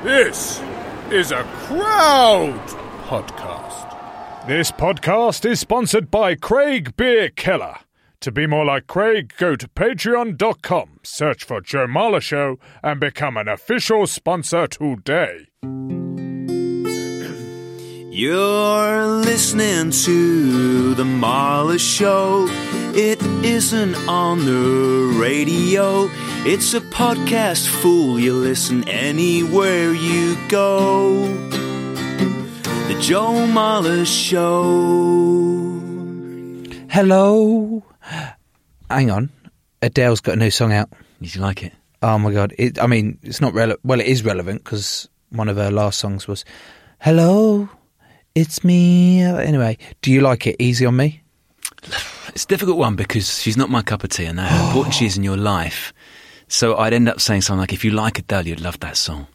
This is a crowd podcast. This podcast is sponsored by Craig Beer Keller. To be more like Craig, go to patreon.com, search for Joe Marler Show, and become an official sponsor today. You're listening to The Marla Show. It isn't on the radio, it's a podcast, fool. You listen anywhere you go. The Joe Marla Show. Hello. Hang on. Adele's got a new song out. Did you like it? Oh my god. It, I mean, it's not relevant. Well, it is relevant because one of her last songs was Hello. It's me. Anyway, do you like it? Easy on me? It's a difficult one because she's not my cup of tea, and I know how important she is in your life. So I'd end up saying something like, "If you like Adele, you'd love that song."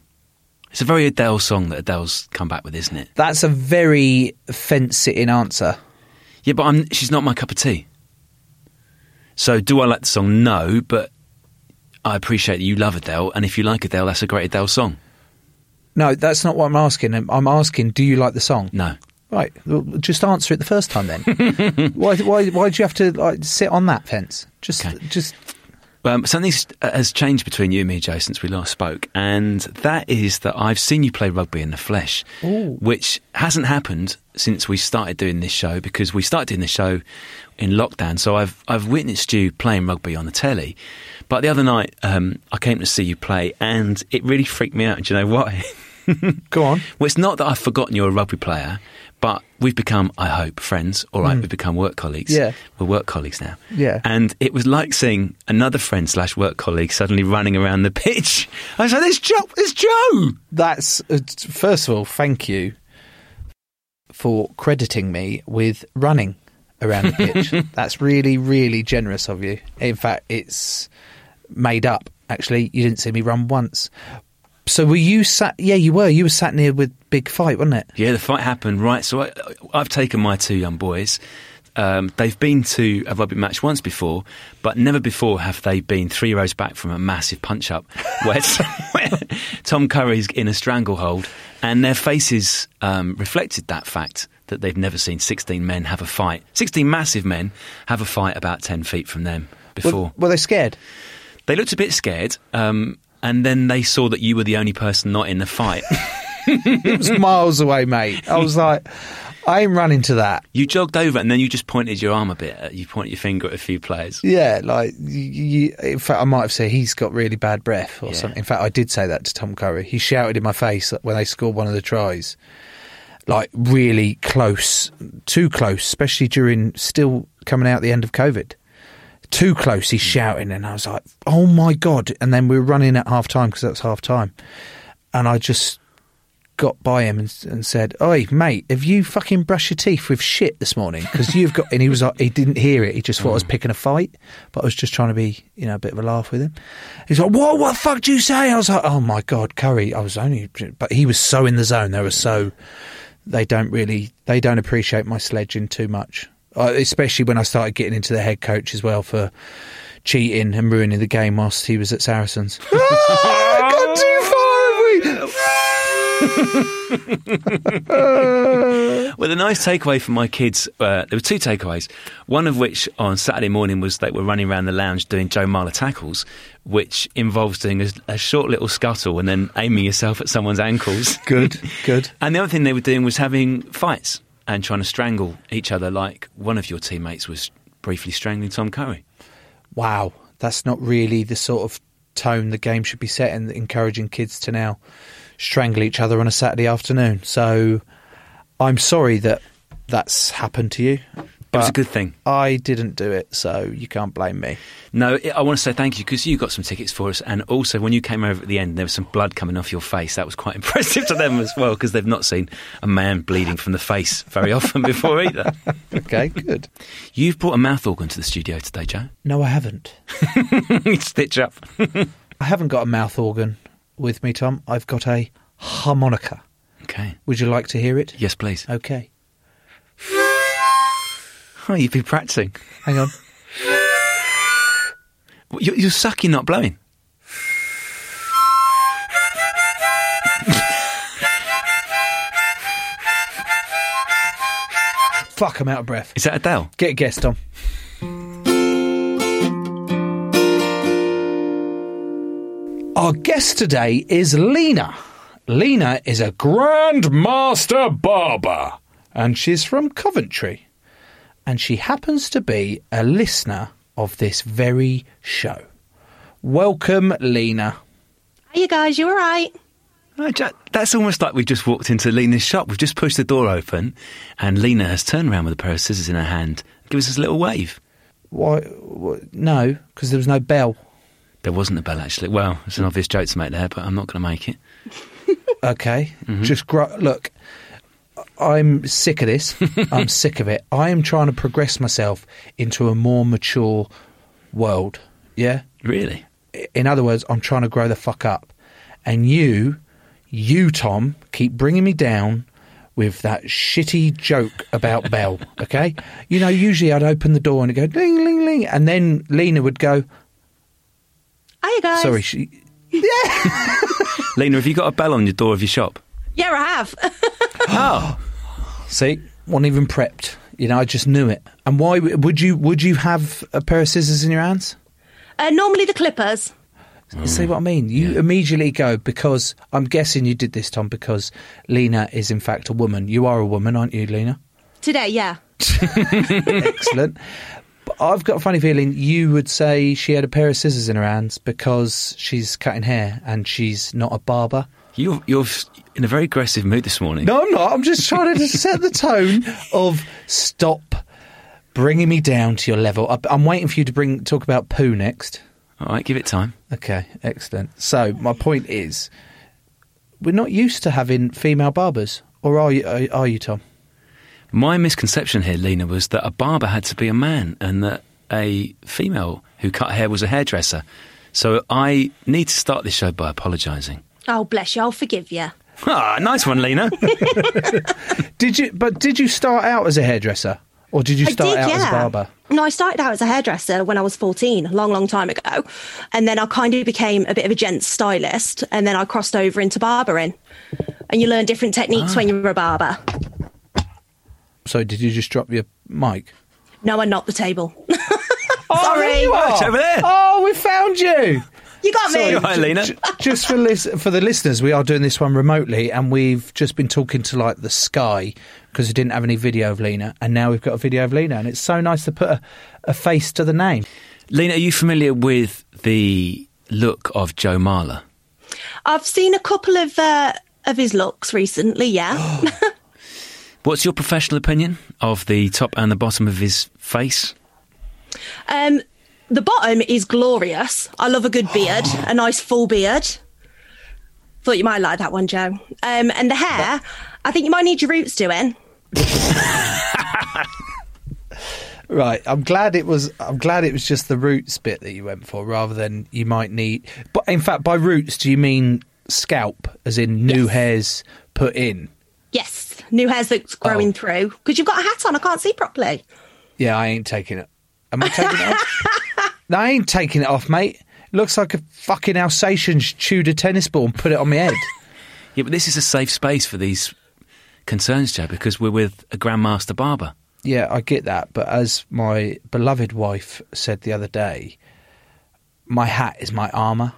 It's a very Adele song that Adele's come back with, isn't it? That's a very fence sitting answer. Yeah, but I'm, she's not my cup of tea. So do I like the song? No, but I appreciate that you love Adele, and if you like Adele, that's a great Adele song. No, that's not what I'm asking. I'm- I'm asking, do you like the song? No, Right. Well, just answer it the first time then. why, why, why do you have to like, sit on that fence? Just, Okay. just Um, something's uh, has changed between you and me, Joe, since we last spoke, and that is that I've seen you play rugby in the flesh, which hasn't happened since we started doing this show because we started doing this show in lockdown. So I've I've witnessed you playing rugby on the telly, but the other night um, I came to see you play, and it really freaked me out. Do you know why? go on. Well, it's not that I've forgotten you're a rugby player, but we've become, I hope, friends. All right, we've become work colleagues. Hmm. Yeah. We're work colleagues now. Yeah. And it was like seeing another friend slash work colleague suddenly running around the pitch. I said, it's Joe! It's Joe! That's uh, t- first of all, thank you for crediting me with running around the pitch. That's really, really generous of you. In fact, it's made up. Actually, you didn't see me run once. So were you sat? Yeah, you were. You were sat near with Big Fight, wasn't it? Yeah, the fight happened, right? So I, I've taken my two young boys. Um, they've been to a rugby match once before, but never before have they been three rows back from a massive punch up where, where Tom Curry's in a stranglehold, and their faces um, reflected that fact that they've never seen 16 men have a fight. 16 massive men have a fight about 10 feet from them Were- before. Were, they scared? They looked a bit scared, um, and then they saw that you were the only person not in the fight. It was miles away, mate. I was like, I ain't running to that. You jogged over and then you just pointed your arm a bit. Uh, You pointed your finger at a few players. Yeah, like you, you, in fact, I might have said he's got really bad breath or Yeah. something. In fact, I did say that to Tom Curry. He shouted in my face when they scored one of the tries, like really close, too close, especially during still coming out the end of COVID. Too close, he's shouting, and I was like, "Oh my god!" And then we were running at half time because that's half time, and I just got by him and, and said, "Oi, mate, have you fucking brushed your teeth with shit this morning? Because you've got." And he was like, he didn't hear it. He just thought I was picking a fight, but I was just trying to be, you know, a bit of a laugh with him. He's like, "What? What the fuck do you say?" I was like, "Oh my god, Curry." I was only, but he was so in the zone. They were so, they don't really, they don't appreciate my sledging too much, uh, especially when I started getting into the head coach as well for. Cheating and ruining the game whilst he was at Saracens. Ah, gone too far, have we? Well, the nice takeaway for my kids, uh, there were two takeaways. One of which on Saturday morning was they were running around the lounge doing Joe Marler tackles, which involves doing a, a short little scuttle and then aiming yourself at someone's ankles. Good, good. And the other thing they were doing was having fights and trying to strangle each other, like one of your teammates was briefly strangling Tom Curry. wow, that's not really the sort of tone the game should be set in, encouraging kids to now strangle each other on a Saturday afternoon. So I'm sorry that that's happened to you. It was a good thing. I didn't do it, so you can't blame me. No, I- I want to say thank you because you got some tickets for us, and also when you came over at the end, there was some blood coming off your face. That was quite impressive to them as well because they've not seen a man bleeding from the face very often before either. Okay, good. You've brought a mouth organ to the studio today, Joe. No, I haven't. Stitch up. I haven't got a mouth organ with me, Tom. I've got a harmonica. Okay. Would you like to hear it? Yes, please. Okay. Oh, you've been practicing. Hang on. You're, you're sucking, not blowing. Fuck, I'm out of breath. Is that Adele? Get a guess, Tom. Our guest today is Lena. Lena is a Grandmaster Barber. and she's from Coventry. And she happens to be a listener of this very show. Welcome, Lena. you guys, you all right? No, Jack, that's almost like we've just walked into Lena's shop. We've just pushed the door open, and Lena has turned around with a pair of scissors in her hand. Gives us a little wave. Why? wh- no, because there was no bell. There wasn't a bell, actually. Well, it's an obvious joke to make there, but I'm not going to make it. Okay, just gr- look. I'm sick of this. I'm sick of it. I am trying to progress myself into a more mature world. Yeah. Really? in other words, I'm trying to grow the fuck up. And you, you, Tom, keep bringing me down with that shitty joke about Bell, okay? You know, usually I'd open the door and it'd go ding, ling, ling. And then Lena would go, Are you guys? sorry, she. Lena, have you got a bell on your door of your shop? Yeah, I have. Oh, See, wasn't even prepped. You know, I just knew it. And why w- would you would you have a pair of scissors in your hands? uh, normally the clippers. You See what I mean? You immediately go because I'm guessing you did this, Tom, because Lena is in fact a woman. You are a woman, aren't you, Lena? Today, yeah. Excellent. But I've got a funny feeling you would say she had a pair of scissors in her hands because she's cutting hair and she's not a barber. you're, you're in a very aggressive mood this morning. No, I'm not. I'm just trying to set the tone of stop bringing me down to your level. I- I'm waiting for you to bring talk about poo next. All right, give it time. Okay, excellent. So my point is, we're not used to having female barbers, or are you? Are, are you, Tom? My misconception here, Lena, was that a barber had to be a man and that a female who cut hair was a hairdresser. So I need to start this show by apologising. Oh, bless you. I'll forgive you. Ah, nice one, Lena. Did you? But did you start out as a hairdresser, or did you I start did, out yeah. as a barber? No, I started out as a hairdresser when I was 14, a long, long time ago. And then I kind of became a bit of a gents stylist. And then I crossed over into barbering. And you learn different techniques when Ah. you're a barber. So did you just drop your mic? No, I knocked the table. Oh, there Sorry. you are. It's over there. Oh, we found you. you got me. Sorry. Hi, Lena. J- just for lis- for the listeners, we are doing this one remotely, and we've just been talking to like the sky because we didn't have any video of Lena, and now we've got a video of Lena, and it's so nice to put a, a face to the name. Lena, are you familiar with the look of Joe Marler? I've seen a couple of uh, of his looks recently, yeah. What's your professional opinion of the top and the bottom of his face? um, the bottom is glorious. I love a good beard, a nice full beard. Thought you might like that one, Joe. Um, and the hair, I think you might need your roots doing. Right, I'm glad it was. I'm glad it was just the roots bit that you went for, rather than you might need. But in fact, by roots, do you mean scalp, as in new hairs put in? Yes, new hair's that's growing Oh. through because you've got a hat on. I can't see properly. Yeah, I ain't taking it. Am I taking it off? No, I ain't taking it off, mate. Looks like a fucking Alsatian's chewed a tennis ball and put it on my head. Yeah, but this is a safe space for these concerns, Joe, because we're with a grandmaster barber. Yeah, I get that. But as my beloved wife said the other day, my hat is my armour.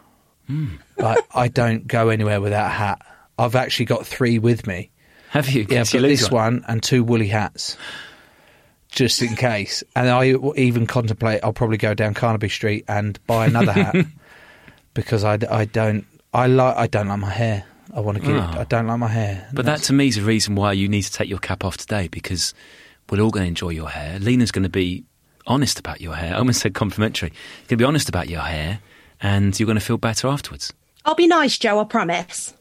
Hmm. Like, I don't go anywhere without a hat. I've actually got three with me. Have you? Yeah, Because I've you got lose this one and two woolly hats, just in case. And I w- even contemplate I'll probably go down Carnaby Street and buy another hat because I, d- I don't I like I don't like my hair. I want to keep. Oh. I don't like my hair. But that to me is a reason why you need to take your cap off today because we're all going to enjoy your hair. Lena's going to be honest about your hair. I almost said complimentary. You're going to be honest about your hair and you're going to feel better afterwards. I'll be nice, Joe. I promise.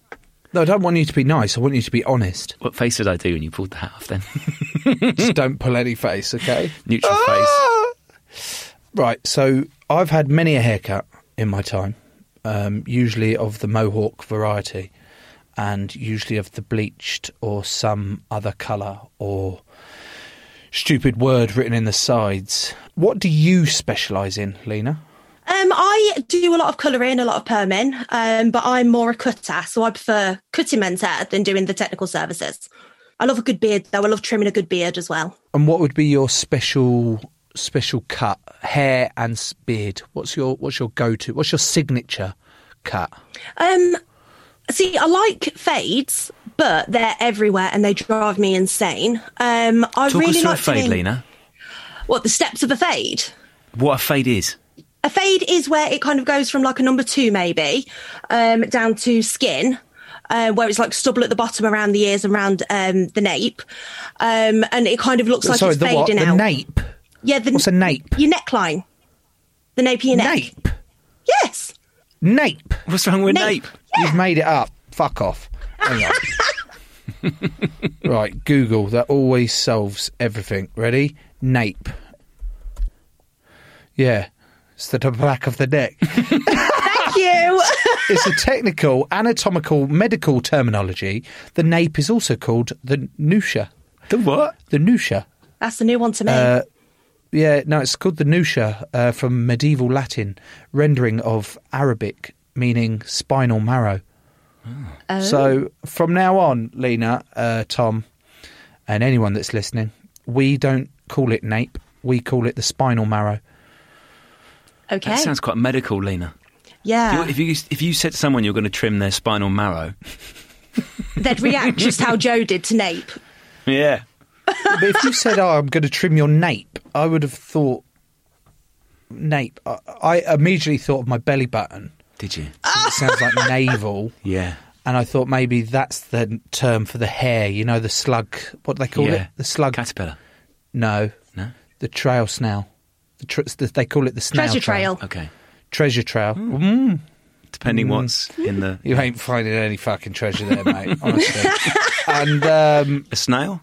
no, I don't want you to be nice. I want you to be honest. What face did I do when you pulled the hat off then? Hmm. Just don't pull any face, okay? Neutral Oh, face. Right, so I've had many a haircut in my time, um, usually of the mohawk variety, and usually of the bleached or some other colour or stupid word written in the sides. What do you specialise in, Lena? Um, I do a lot of colouring, a lot of perming, um, but I'm more a cutter, so I prefer cutting men's hair than doing the technical services. I love a good beard, though. I love trimming a good beard as well. And what would be your special special cut, hair and s- beard? What's your what's your go to? What's your signature cut? Um, see, I like fades, but they're everywhere and they drive me insane. Um, I Talk really us through like a fade, doing- Lena. What the steps of a fade? What a fade is. A fade is where it kind of goes from like a number two, maybe, um, down to skin, uh, where it's like stubble at the bottom around the ears and around um, the nape. Um, and it kind of looks like Sorry, it's the what? fading The out. nape. Yeah, the, What's a nape? Your neckline. The nape of your neck. Nape. Yes. Nape. What's wrong with Nape. nape? You've made it up. Fuck off. Hang on. right, Google. That always solves everything. Ready? Nape. Yeah, it's the back of the neck. Thank you. it's a technical, anatomical, medical terminology. The nape is also called the nusha. The what? The nusha. That's a new one to me. Uh, yeah, no, it's called the nusha uh, from medieval Latin, rendering of Arabic meaning spinal marrow. So from now on, Lena, uh, Tom, and anyone that's listening, we don't call it nape. We call it the spinal marrow. okay. Ah. That sounds quite medical, Lena. yeah. If you, if you if you said to someone you're going to trim their spinal marrow, They'd react just how Joe did to nape. yeah, but if you said, "Oh, I'm going to trim your nape," I would have thought nape. I, I immediately thought of my belly button. did you? It sounds like navel. Yeah. and I thought maybe that's the term for the hair. You know, the slug. What do they call yeah. it? The slug. caterpillar. no, No. the trail snail. The tr- the, they call it the snail. Treasure trail. Okay. Mm. Treasure trail. Hmm. Depending what's in the You ain't finding any fucking treasure there, mate. Honestly. and um, a snail.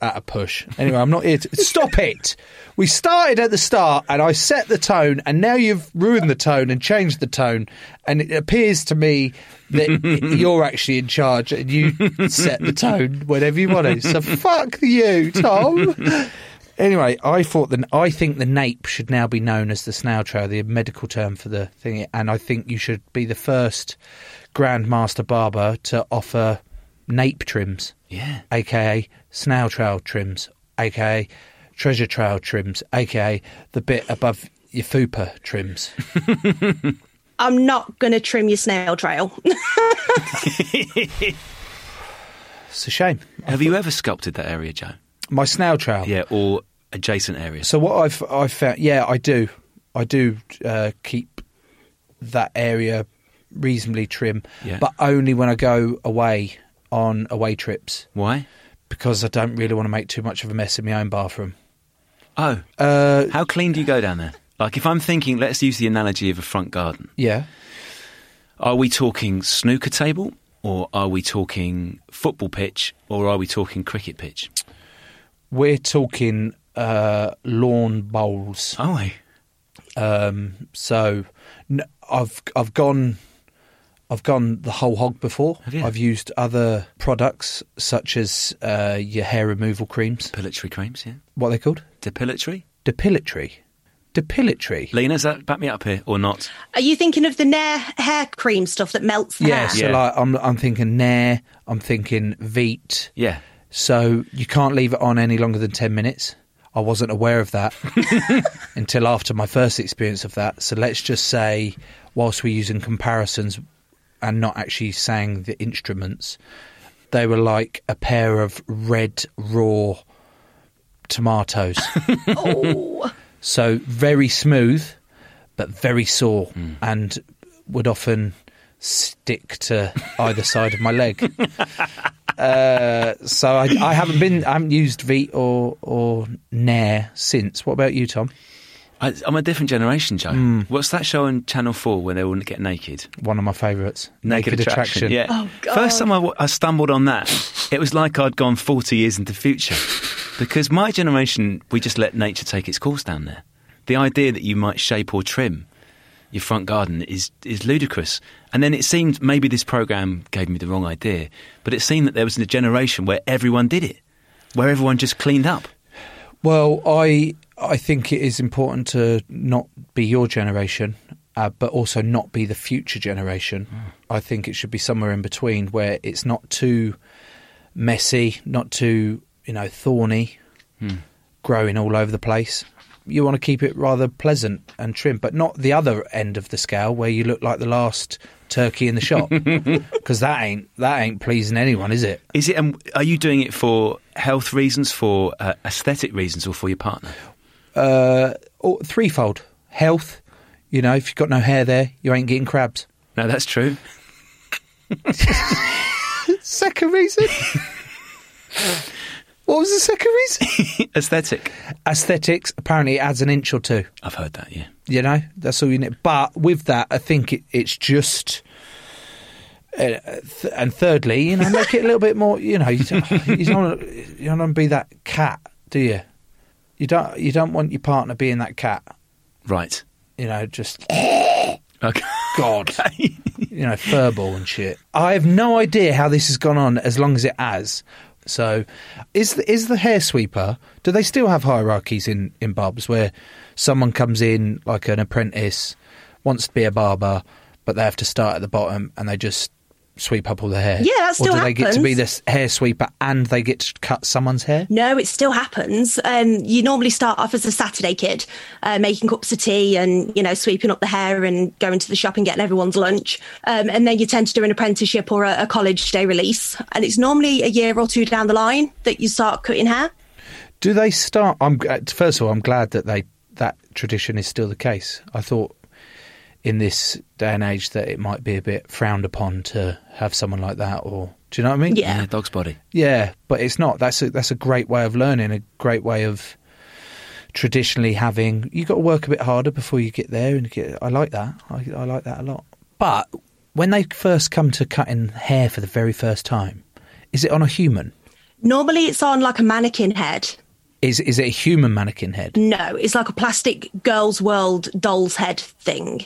at a push. Anyway, I'm not here. To- Stop it. We started at the start, and I set the tone, and now you've ruined the tone and changed the tone. And it appears to me that you're actually in charge, and you set the tone whenever you want to. So fuck you, Tom. Anyway, I thought the I think the nape should now be known as the snail trail, the medical term for the thing, and I think you should be the first Grand Master barber to offer nape trims Yeah. aka snail trail trims, aka treasure trail trims, aka the bit above your fupa trims. I'm not going to trim your snail trail. It's a shame. Have you ever sculpted that area, Joe? My snail trail. Yeah, or adjacent areas. So what I've I've found, yeah, I do, I do uh, keep that area reasonably trim, Yeah. but only when I go away on away trips Why? because I don't really want to make too much of a mess in my own bathroom. Oh, Uh, how clean do you go down there? Like, if I'm thinking, let's use the analogy of a front garden. yeah, Are we talking snooker table, or are we talking football pitch, or are we talking cricket pitch? we're talking uh, lawn bowls. Are we? Um, so n- I've I've gone I've gone the whole hog before. Have you? I've used other products such as uh, your hair removal creams. Depilatory creams, yeah. What are they called? Depilatory? Depilatory. Depilatory. Lena, does that back me up here or not? Are you thinking of the Nair hair cream stuff that melts the Yeah, hair? so Ah. Yeah. like I'm I'm thinking Nair, I'm thinking Veet. Yeah. So you can't leave it on any longer than 10 minutes. I wasn't aware of that until after my first experience of that. So let's just say, whilst we're using comparisons and not actually saying the instruments, they were like a pair of red, raw tomatoes. So very smooth, but very sore, and would often stick to either side of my leg. Uh, so I, I haven't been, I haven't used Veet or or Nair since. What about you, Tom? I, I'm a different generation, Joe. What's that show on Channel 4 where they all get naked? One of my favourites, Yeah. First time I wa- I stumbled on that, it was like I'd gone 40 years into the future. Because my generation, we just let nature take its course down there. The idea that you might shape or trim your front garden is, is ludicrous. And then it seemed maybe this program gave me the wrong idea, but it seemed that there was a generation where everyone did it, where everyone just cleaned up. Well, I I think it is important to not be your generation, uh, but also not be the future generation. I think it should be somewhere in between where it's not too messy, not too you know thorny, growing all over the place. You want to keep it rather pleasant and trim, but not the other end of the scale where you look like the last turkey in the shop, because that ain't that ain't pleasing anyone, is it? Is it? Um, are you doing it for health reasons, for uh, aesthetic reasons, or for your partner? uh, or threefold health. You know, if you've got no hair there, you ain't getting crabs. No, that's true. Second reason. what was the second reason? aesthetic. Aesthetics. Apparently, it adds an inch or two. I've heard that. Yeah. You know, that's all you need. But with that, I think it, it's just. Uh, th- and thirdly, you know, make it a little bit more. You know, you don't, you don't wanna- you don't want to be that cat, do you? You don't. You don't want your partner being that cat. Right. You know, just Okay. God. you know, furball and shit. I have no idea how this has gone on as long as it has. So, is the, is the hair sweeper? Do they still have hierarchies in in barbers where someone comes in like an apprentice, wants to be a barber, but they have to start at the bottom and they just sweep up all the hair? Yeah, that still Or do they get to be happens. this hair sweeper and they get to cut someone's hair? No, it still happens. Um, you normally start off as a Saturday kid, uh, making cups of tea and you know sweeping up the hair and going to the shop and getting everyone's lunch, um, and then you tend to do an apprenticeship or a, a college day release. And it's normally a year or two down the line that you start cutting hair. Do they start? I'm uh, first of all, I'm glad that they that tradition is still the case. I thought in this day and age that it might be a bit frowned upon to have someone like that, or do you know what I mean? Yeah. dog's body. yeah, but it's not. That's a, that's a great way of learning, a great way of traditionally having. You got to work a bit harder before you get there, and get. I like that. I, I like that a lot. But when they first come to cutting hair for the very first time, is it on a human? Normally, it's on like a mannequin head. Is is it a human mannequin head? No, it's like a plastic girls' world doll's head thing.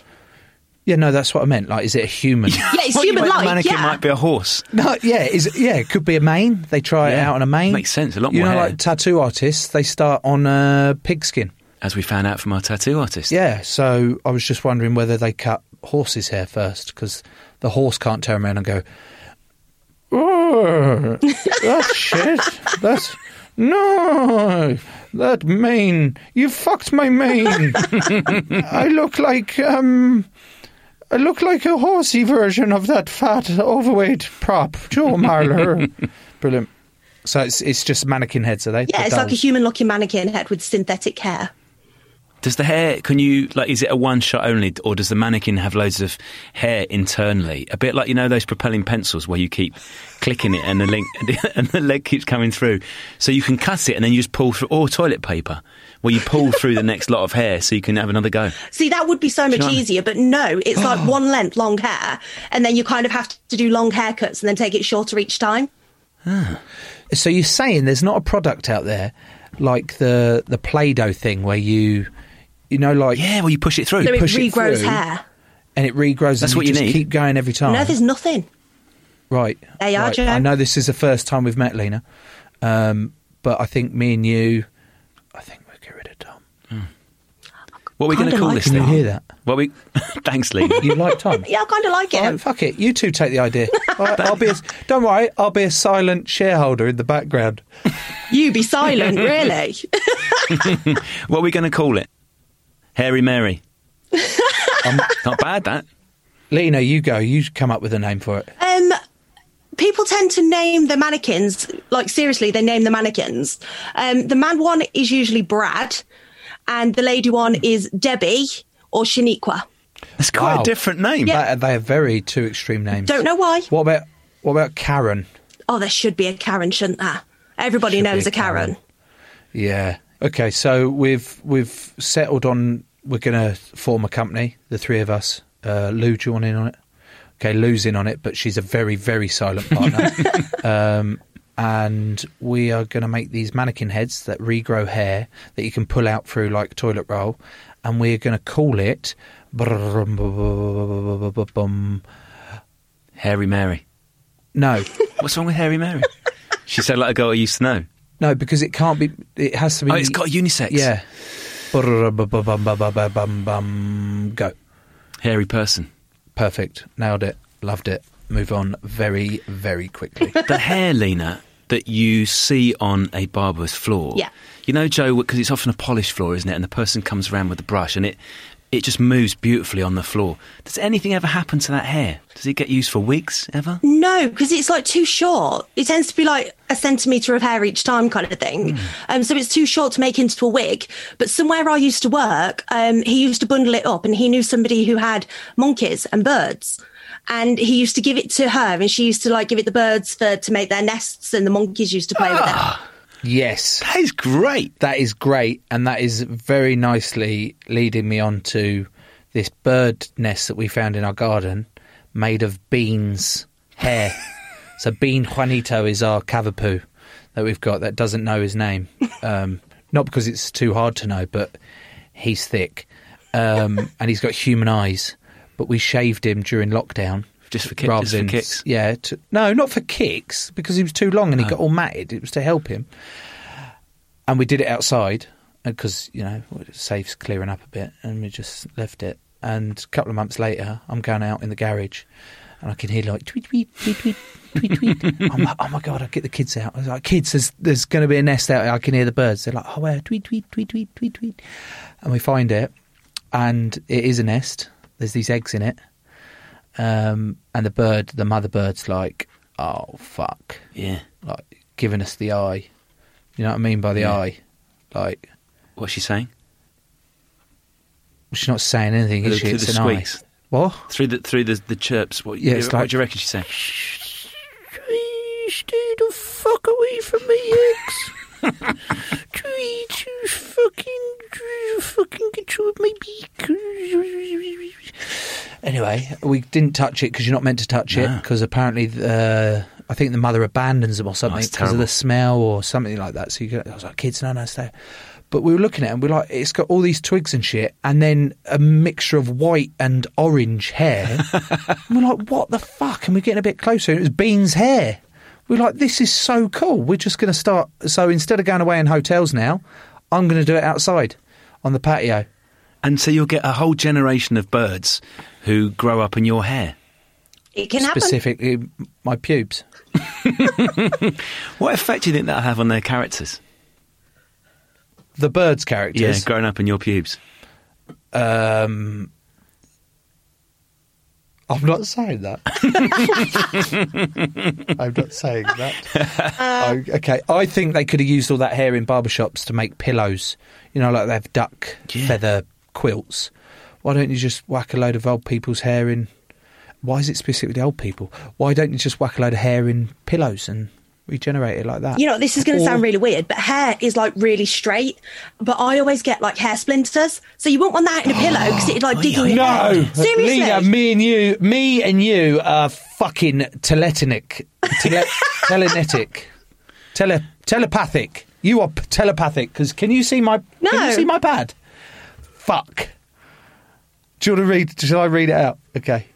Yeah, no, that's what I meant. Like, is it a human? Yeah, it's Well, you might- human the like. mannequin yeah. might be a horse. no, yeah, is yeah, it could be a mane. They try it Yeah, out on a mane. makes sense, a lot You more know, hair. like tattoo artists, they start on uh, pigskin. As we found out from our tattoo artist. Yeah, so I was just wondering whether they cut horse's hair first because the horse can't turn around and go. "Oh, That's shit. That's no. That mane. You fucked my mane. I look like um. I look like a horsey version of that fat, overweight prop, Joe Marler. Brilliant. So it's it's just mannequin heads, are they? Yeah, The it's like a dolls. human looking mannequin head with synthetic hair. Does the hair? Can you like? Is it a one shot only, or does the mannequin have loads of hair internally? A bit like you know those propelling pencils where you keep clicking it and the link and the leg keeps coming through. So you can cut it and then you just pull through, or toilet paper where you pull through the next lot of hair so you can have another go. See, that would be so much know what I mean? Oh. easier, but no, it's like one length long hair, and then you kind of have to do long haircuts and then take it shorter each time. So you're saying there's not a product out there like the the Play-Doh thing where you you know like Yeah, well you push it through. Oh. So it push it regrows through. hair. and it regrows That's and what you just need. keep going every time. No, there's nothing. right. They are, right. Joe. I know this is the first time we've met Lena. Um, but I think me and you I think we'll get rid of Tom. What are we going to Kinda call like this it. Can thing? you hear that? What we? Thanks, Lee. You like Tom? Yeah, I kind of like it. All right, fuck it. You two take the idea. I, will be. A, don't worry. I'll be a silent shareholder in the background. You be silent, really. What are we going to call it? Hairy Mary. Um, Not bad, that. Lena, you go. You come up with a name for it. Um, people tend to name their mannequins like seriously. They name the mannequins. Um, the man one is usually Brad, and the lady one is Debbie or Shaniqua. That's quite Wow. a different name. That- Uh, they are very two extreme names. Don't know why. What about what about Karen? Oh, there should be a Karen, shouldn't there? Everybody Should be knows a a Karen. Karen. Yeah. Okay. So we've we've settled on we're going to form a company. The three of us. Uh, Lou, do you want in on it? Okay, Lou's in on it, but she's a very very silent partner. um, and we are going to make these mannequin heads that regrow hair that you can pull out through like toilet roll, and we're going to call it. Hairy Mary. No, What's wrong with Hairy Mary? She said like a girl I used to know. no, because it can't be. It has to be. Oh, it's got a unisex. Yeah. Go. Hairy person. Perfect. Nailed it. Loved it. Move on very, very quickly. The hair, Lena, that you see on a barber's floor. Yeah. You know, Joe, because it's often a polished floor, isn't it? And the person comes around with the brush and it, it just moves beautifully on the floor. Does anything ever happen to that hair? Does it get used for weeks ever? No, because it's like too short. It tends to be like a centimetre of hair each time, kind of thing. Hmm. Um, so it's too short to make into a wig. But somewhere I used to work, um, he used to bundle it up and he knew somebody who had monkeys and birds. And he used to give it to her and she used to like give it the birds for to make their nests and the monkeys used to play with it. Ah, yes. That is great. That is great. And that is very nicely leading me on to this bird nest that we found in our garden made of beans hair. so, Bean Juanito is our cavapoo that we've got that doesn't know his name. Um, not because it's too hard to know, but he's thick um, and he's got human eyes. But we shaved him during lockdown. Just for kick- rather just for than- kicks? Yeah. To, no, not for kicks, because he was too long and he got all matted. It was to help him and we did it outside because you know it saves clearing up a bit, and we just left it. And a couple of months later, I'm going out in the garage, and I can hear like tweet tweet tweet tweet tweet tweet. I'm like, oh my god! I get the kids out. I was like, kids, there's there's going to be a nest out. here. I can hear the birds. They're like, oh where? Tweet tweet tweet tweet tweet tweet. And we find it, and it is a nest. There's these eggs in it, um, and the bird, the mother bird's like, oh fuck Yeah. like giving us the eye. You know what I mean by the Yeah. eye? Like What's she saying? well, she's not saying anything, Through- is she? through It's the an eye. squeaks. What? Through the through the, the chirps, what, Yeah, it's what like- do you reckon she's saying? Stay the fuck away from me, eggs. Try to fucking, try to fucking control of my beak. Anyway, we didn't touch it because you're not meant to touch it No. because apparently, the, I think the mother abandons them or something it's because of terrible. the smell or something like that. So you go, I was like, kids, no, no, stay. But we were looking at it and we're like, it's got all these twigs and shit, and then a mixture of white and orange hair. And we're like, what the fuck? And we're getting a bit closer. And it was Bean's hair. We're like, this is so cool. We're just going to start. So instead of going away in hotels now, I'm going to do it outside on the patio. And so you'll get a whole generation of birds who grow up in your hair. It can happen. Specifically, my pubes. What effect do you think that'll have on their characters? The birds' Yeah, characters. growing up in your pubes. um, I'm not saying that. I'm not saying that. I, Oh, okay, I think they could have used all that hair in barbershops to make pillows. You know, like they have duck Yeah. feather quilts. Why don't you just whack a load of old people's hair in? Why is it specifically old people? Why don't you just whack a load of hair in pillows and regenerate it like that? You know, this is going to Or- sound really weird, but hair is like really straight. But I always get like hair splinters. So you wouldn't want that in a pillow because it'd like dig in your No, head. Seriously. Lena, me and you, me and you are fucking teletinic, tele- telenetic, tele- telepathic. You are p- telepathic because can you see my? Can No. you see my pad? Fuck. Do you want to read? Shall I read it out? Okay.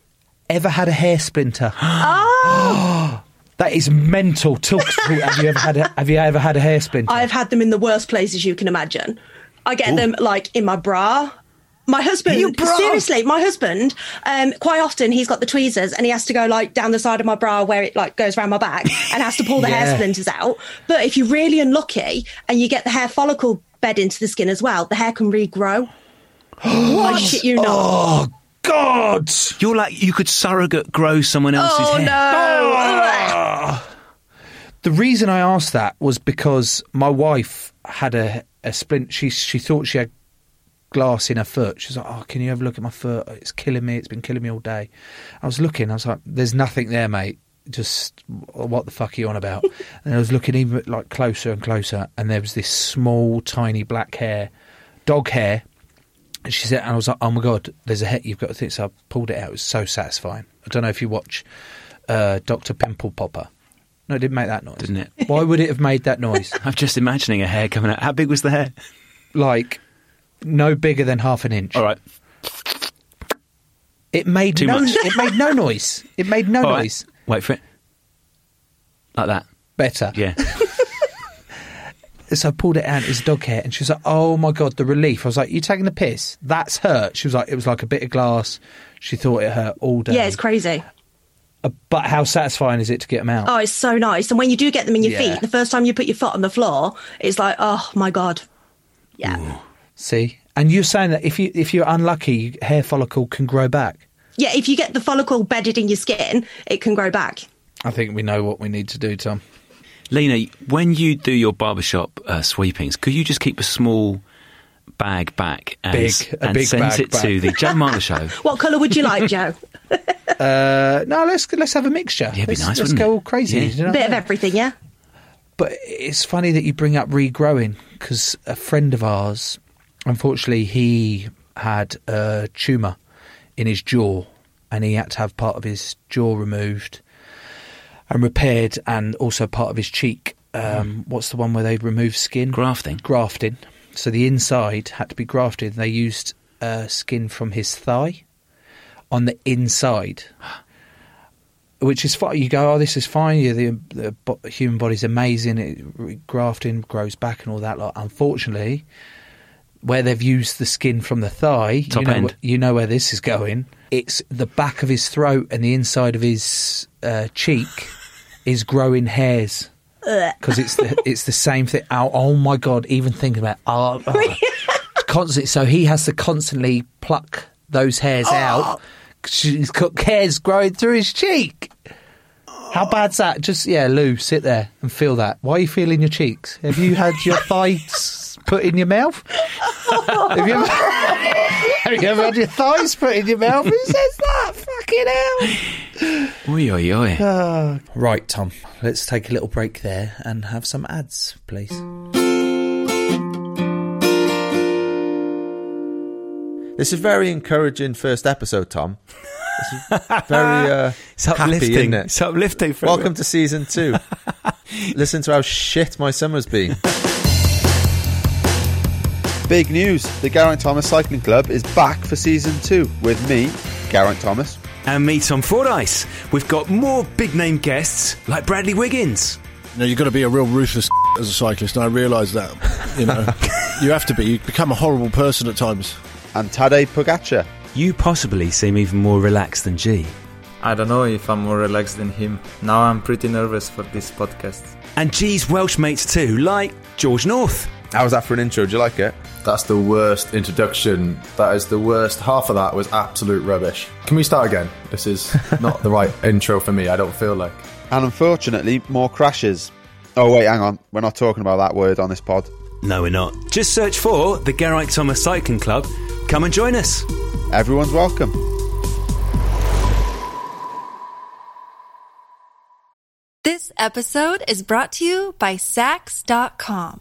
Ever had a hair splinter? Oh. that is mental. Talk to me. Have you ever had? A, have you ever had a hair splinter? I've had them in the worst places you can imagine. I get them like in my bra. My husband, You bro! seriously, my husband, um, quite often he's got the tweezers and he has to go like down the side of my bra where it like goes around my back and has to pull the hair Yeah. splinters out. But if you're really unlucky and you get the hair follicle bed into the skin as well, the hair can regrow. I shit you not. Oh God! You're like you could surrogate grow someone else's Oh, hair. no. The reason I asked that was because my wife had a a splint. She she thought she had glass in her foot. She was like, "Oh, can you have a look at my foot? It's killing me. It's been killing me all day." I was looking. I was like, "There's nothing there, mate. Just what the fuck are you on about?" and I was looking even like closer and closer, and there was this small, tiny black hair, dog hair. And she said, and I was like, "Oh my god, there's a hair. You've got to think." So I pulled it out. It was so satisfying. I don't know if you watch uh, Doctor Pimple Popper. No, it didn't make that noise, Didn't it? Why would it have made that noise? I'm just imagining a hair coming out. How big was the hair? like no bigger than half an inch. All right. It made Too no. much. It made no noise. It made no All right. noise. Wait for it. Like that. Better. Yeah. So I pulled it out. It's dog hair, and she was like, "Oh my god, the relief!" I was like, "You taking the piss? That's hurt." She was like, "It was like a bit of glass." She thought it hurt all day. Uh, Yeah, it's crazy. But how satisfying is it to get them out? Oh, it's so nice. And when you do get them in your Yeah. feet, the first time you put your foot on the floor, it's like, oh my god. Yeah. See, and you're saying that if you if you're unlucky, hair follicle can grow back. Yeah, if you get the follicle bedded in your skin, it can grow back. I think we know what we need to do, Tom. Lena, when you do your barbershop uh, sweepings, could you just keep a small bag back and, Big- a and big send bag it to back. the Joe Marler Show? What colour would you like, Joe? Uh, no, let's let's have a mixture. Yeah, it'd be let's, nice, Let's wouldn't go it? all crazy. Yeah. you know? Bit of everything, yeah? But it's funny that you bring up regrowing because a friend of ours, unfortunately, he had a tumour in his jaw and he had to have part of his jaw removed and repaired and also part of his cheek. Um, What's the one where they remove skin? Grafting. Grafting. So the inside had to be grafted. They used uh, skin from his thigh on the inside which is fine. You go, oh, this is fine. Yeah, the, the bo- human body's amazing. It re- grafting grows back and all that lot. Unfortunately, where they've used the skin from the thigh, Top you know, end. wh- you know where this is going. It's the back of his throat and the inside of his uh, cheek is growing hairs. Because it's the it's the same thing. Oh, oh my god! Even thinking about oh, oh. constantly. So he has to constantly pluck those hairs out. 'cause He's got hairs growing through his cheek. How bad's that? Just yeah, Lou, sit there and feel that. Why are you feeling your cheeks? Have you had your thighs put in your mouth? Have you ever, have you ever had your thighs put in your mouth? Who says that? Fucking hell! Oi, oi, oi. Right, Tom. Let's take a little break there and have some ads, please. This is very encouraging first episode, Tom. This is very uh, it's happy, uplifting. isn't it? It's uplifting. For Welcome to season two. Listen to how shit my summer's been. Big news! The Garrett Thomas Cycling Club is back for season two with me, Garrett Thomas. and meet Tom Fordyce. We've got more big name guests like Bradley Wiggins. Now you've got to be a real ruthless as a cyclist, and I realise that. You know, you have to be. You become a horrible person at times. and Tadej Pogacar. You possibly seem even more relaxed than G. I don't know if I'm more relaxed than him. Now I'm pretty nervous for this podcast. And G's Welsh mates too, like George North. How was that for an intro? Do you like it? That's the worst introduction. That is the worst. Half of that was absolute rubbish. Can we start again? This is not the right intro for me. I don't feel like. And unfortunately, more crashes. Oh wait, hang on. We're not talking about that word on this pod. No, we're not. Just search for the Geraint Thomas Cycling Club. Come and join us. Everyone's welcome. This episode is brought to you by Sax.com.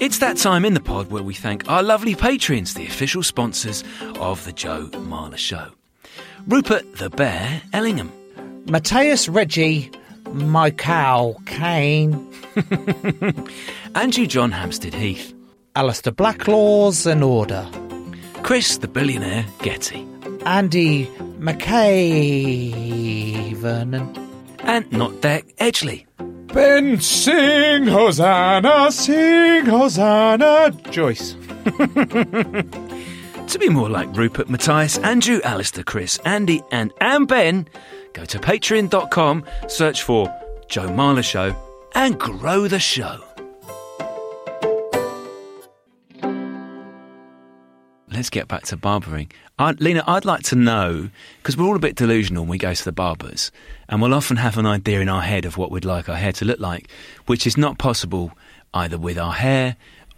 It's that time in the pod where we thank our lovely patrons, the official sponsors of the Joe Marler Show. Rupert the Bear Ellingham. Matthias Reggie Michael Kane. Andrew John Hampstead Heath. Alistair Blacklaws and Order. Chris the Billionaire Getty. Andy McKay Vernon. And not Deck Edgley. Ben, sing Hosanna, sing Hosanna, Joyce. To be more like Rupert, Matthias, Andrew, Alistair, Chris, Andy, and and Ben, go to patreon.com, search for Joe Marler Show, and grow the show. Let's get back to barbering. I, Lena, I'd like to know because we're all a bit delusional when we go to the barbers, and we'll often have an idea in our head of what we'd like our hair to look like, which is not possible either with our hair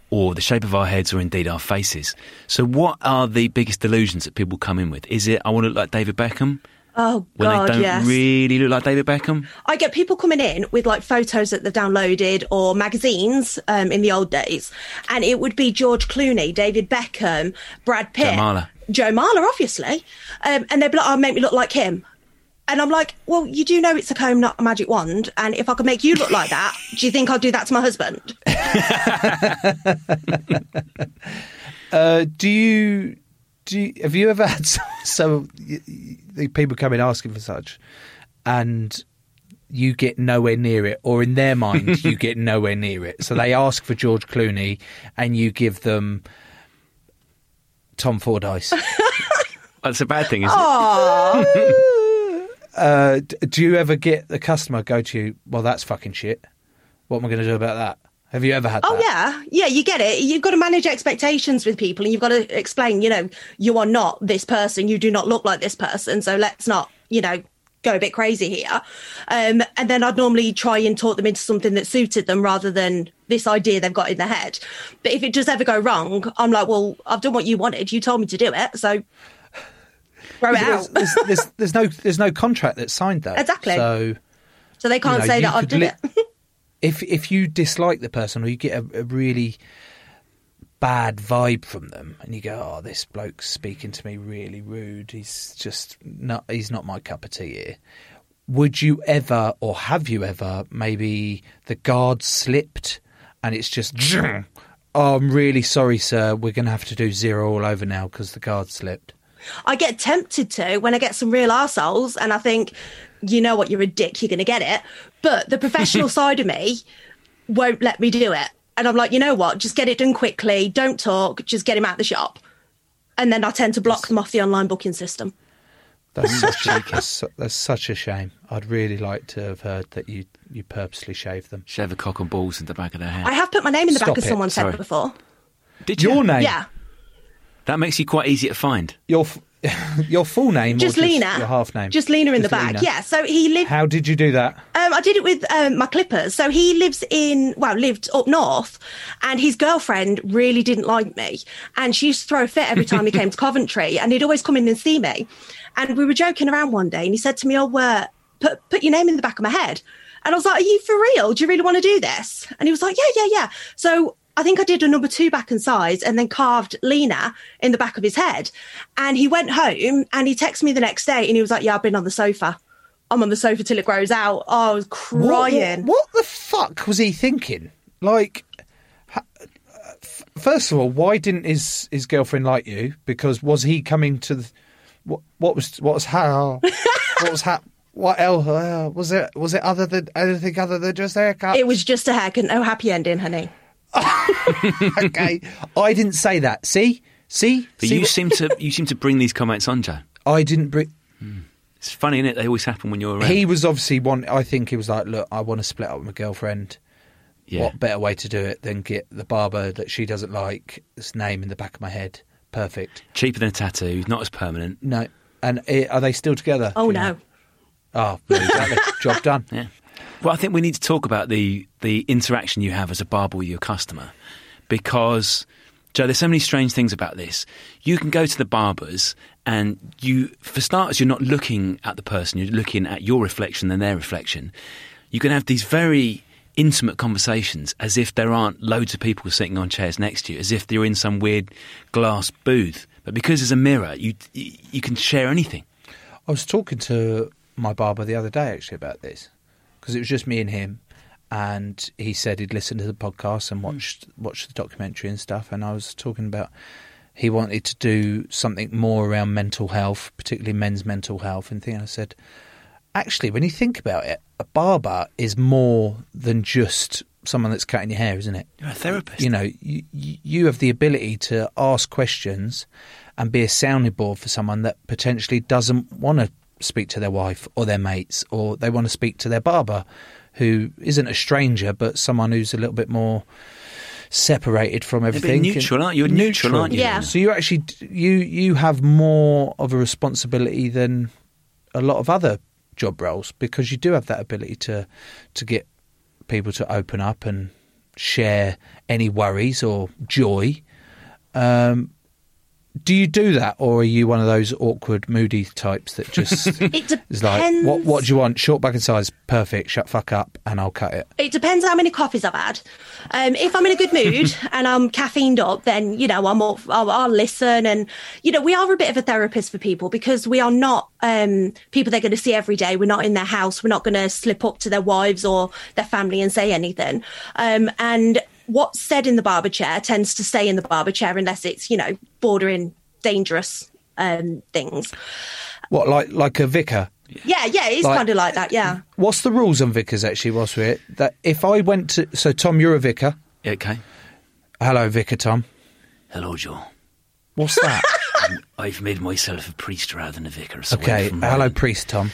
or the shape of our heads or indeed our faces. So, what are the biggest delusions that people come in with? Is it, I want to look like David Beckham? Oh When God, they don't yes. really look like David Beckham? I get people coming in with like photos that they've downloaded or magazines um, in the old days, and it would be George Clooney, David Beckham, Brad Pitt, Joe Marler. Joe Marler, obviously, um, and they'd be like, "Oh, make me look like him." And I'm like, well, you do know it's a comb, not a magic wand. And if I could make you look like that, do you think I'd do that to my husband? Uh, do you do? You, have you ever had some, some y- y- the people come in asking for such, and you get nowhere near it, or in their mind you get nowhere near it? So they ask for George Clooney, and you give them Tom Fordyce. That's a bad thing, isn't Oh, uh, d- do you ever get the customer go to you? Well, that's fucking shit. What am I going to do about that? Have you ever had? Oh that? yeah, yeah, you get it. You've got to manage expectations with people, and you've got to explain. You know, you are not this person. You do not look like this person. So let's not, you know, go a bit crazy here. Um, and then I'd normally try and talk them into something that suited them rather than this idea they've got in their head. But if it does ever go wrong, I'm like, well, I've done what you wanted. You told me to do it, so throw it There's, out. there's, there's, there's no there's no contract that's signed though. Exactly. So So they can't you know, say you that I've could done li- it. if if you dislike the person or you get a, a really bad vibe from them and you go, oh, this bloke's speaking to me really rude. He's just not he's not my cup of tea here. Would you ever or have you ever maybe the guard slipped and it's just. Oh, I'm really sorry, sir. We're going to have to do zero all over now because the guard slipped. I get tempted to when I get some real arseholes and I think, you know what, you're a dick, you're going to get it. But the professional side of me won't let me do it. And I'm like, you know what, just get it done quickly, don't talk, just get him out the shop. And then I tend to block them off the online booking system. That's such, a, that's, su- that's such a shame. I'd really like to have heard that you, you purposely shaved them. Shave a cock and balls in the back of their hair. I have put my name in the Stop back of it, someone's sorry. head before. Did you? Yeah. That makes you quite easy to find. Your f- your full name, Just or Lena. your half name, Just Lena in the back. Lena. Yeah. So he lived How did you do that? Um, I did it with um, my clippers. So he lives in, well, lived up north, and his girlfriend really didn't like me. And she used to throw a fit every time he came to Coventry, and he'd always come in and see me. And we were joking around one day, and he said to me, Oh, uh, put, put your name in the back of my head. And I was like, Are you for real? Do you really want to do this? And he was like, Yeah, yeah, yeah. So I think I did a number two back and sides and then carved Lena in the back of his head. And he went home and he texted me the next day and he was like, Yeah, I've been on the sofa. I'm on the sofa till it grows out. Oh, I was crying. What, what the fuck was he thinking? Like, ha- f- first of all, why didn't his, his girlfriend like you? Because was he coming to the, what, what was what was how what was how what else uh, was it was it other than anything other than just haircut? It was just a heck and no happy ending, honey. okay, I didn't say that. See, see, But see you what- seem to you seem to bring these comments on, Joe. I didn't bring. It's funny, is it? They always happen when you're around. He was obviously one. I think he was like, look, I want to split up with my girlfriend. Yeah. What better way to do it than get the barber that she doesn't like? His name in the back of my head. Perfect. Cheaper than a tattoo, not as permanent. No. And eh, are they still together? Oh, Do you no. know? Oh, no, exactly. Job done. Yeah. Well, I think we need to talk about the the interaction you have as a barber with your customer, because Joe, there's so many strange things about this. You can go to the barbers, and you, for starters, you're not looking at the person; you're looking at your reflection and their reflection. You can have these very intimate conversations as if there aren't loads of people sitting on chairs next to you, as if you're in some weird glass booth. But because there's a mirror, you you, you can share anything. I was talking to my barber the other day actually about this because it was just me and him, and he said he'd listened to the podcast and watched watched the documentary and stuff, and I was talking about he wanted to do something more around mental health, particularly men's mental health and thing. And I said, actually, when you think about it, a barber is more than just someone that's cutting your hair, isn't it? You're a therapist. You know, you, you you have the ability to ask questions and be a sounding board for someone that potentially doesn't want to speak to their wife or their mates, or they want to speak to their barber, who isn't a stranger, but someone who's a little bit more separated from bit everything. and- neutral, aren't you? You're neutral, aren't you? Yeah. So you actually d- you you have more of a responsibility than a lot of other job roles because you do have that ability to to get people to open up and share any worries or joy. Um, do you do that, or are you one of those awkward, moody types that just It is like, what what do you want? Short back and size, perfect. Shut fuck up, and I'll cut it. It depends how many coffees I've had. Um, if I'm in a good mood and I'm caffeined up, then you know I'm all, I'll, I'll listen. And you know we are a bit of a therapist for people because we are not um, people they're going to see every day. We're not in their house. We're not going to slip up to their wives or their family and say anything. Um, and what's said in the barber chair tends to stay in the barber chair unless it's you know bordering dangerous um, things. What like like a vicar? Yeah, yeah, it's Like- kind of like that. Yeah. What's the rules on vicars actually? Whilst we're here? that, if I went to so Tom, you're a vicar. Okay. Hello, vicar Tom. Hello, Joe. What's that? I've made myself a priest rather than a vicar. So okay, hello, priest Tom.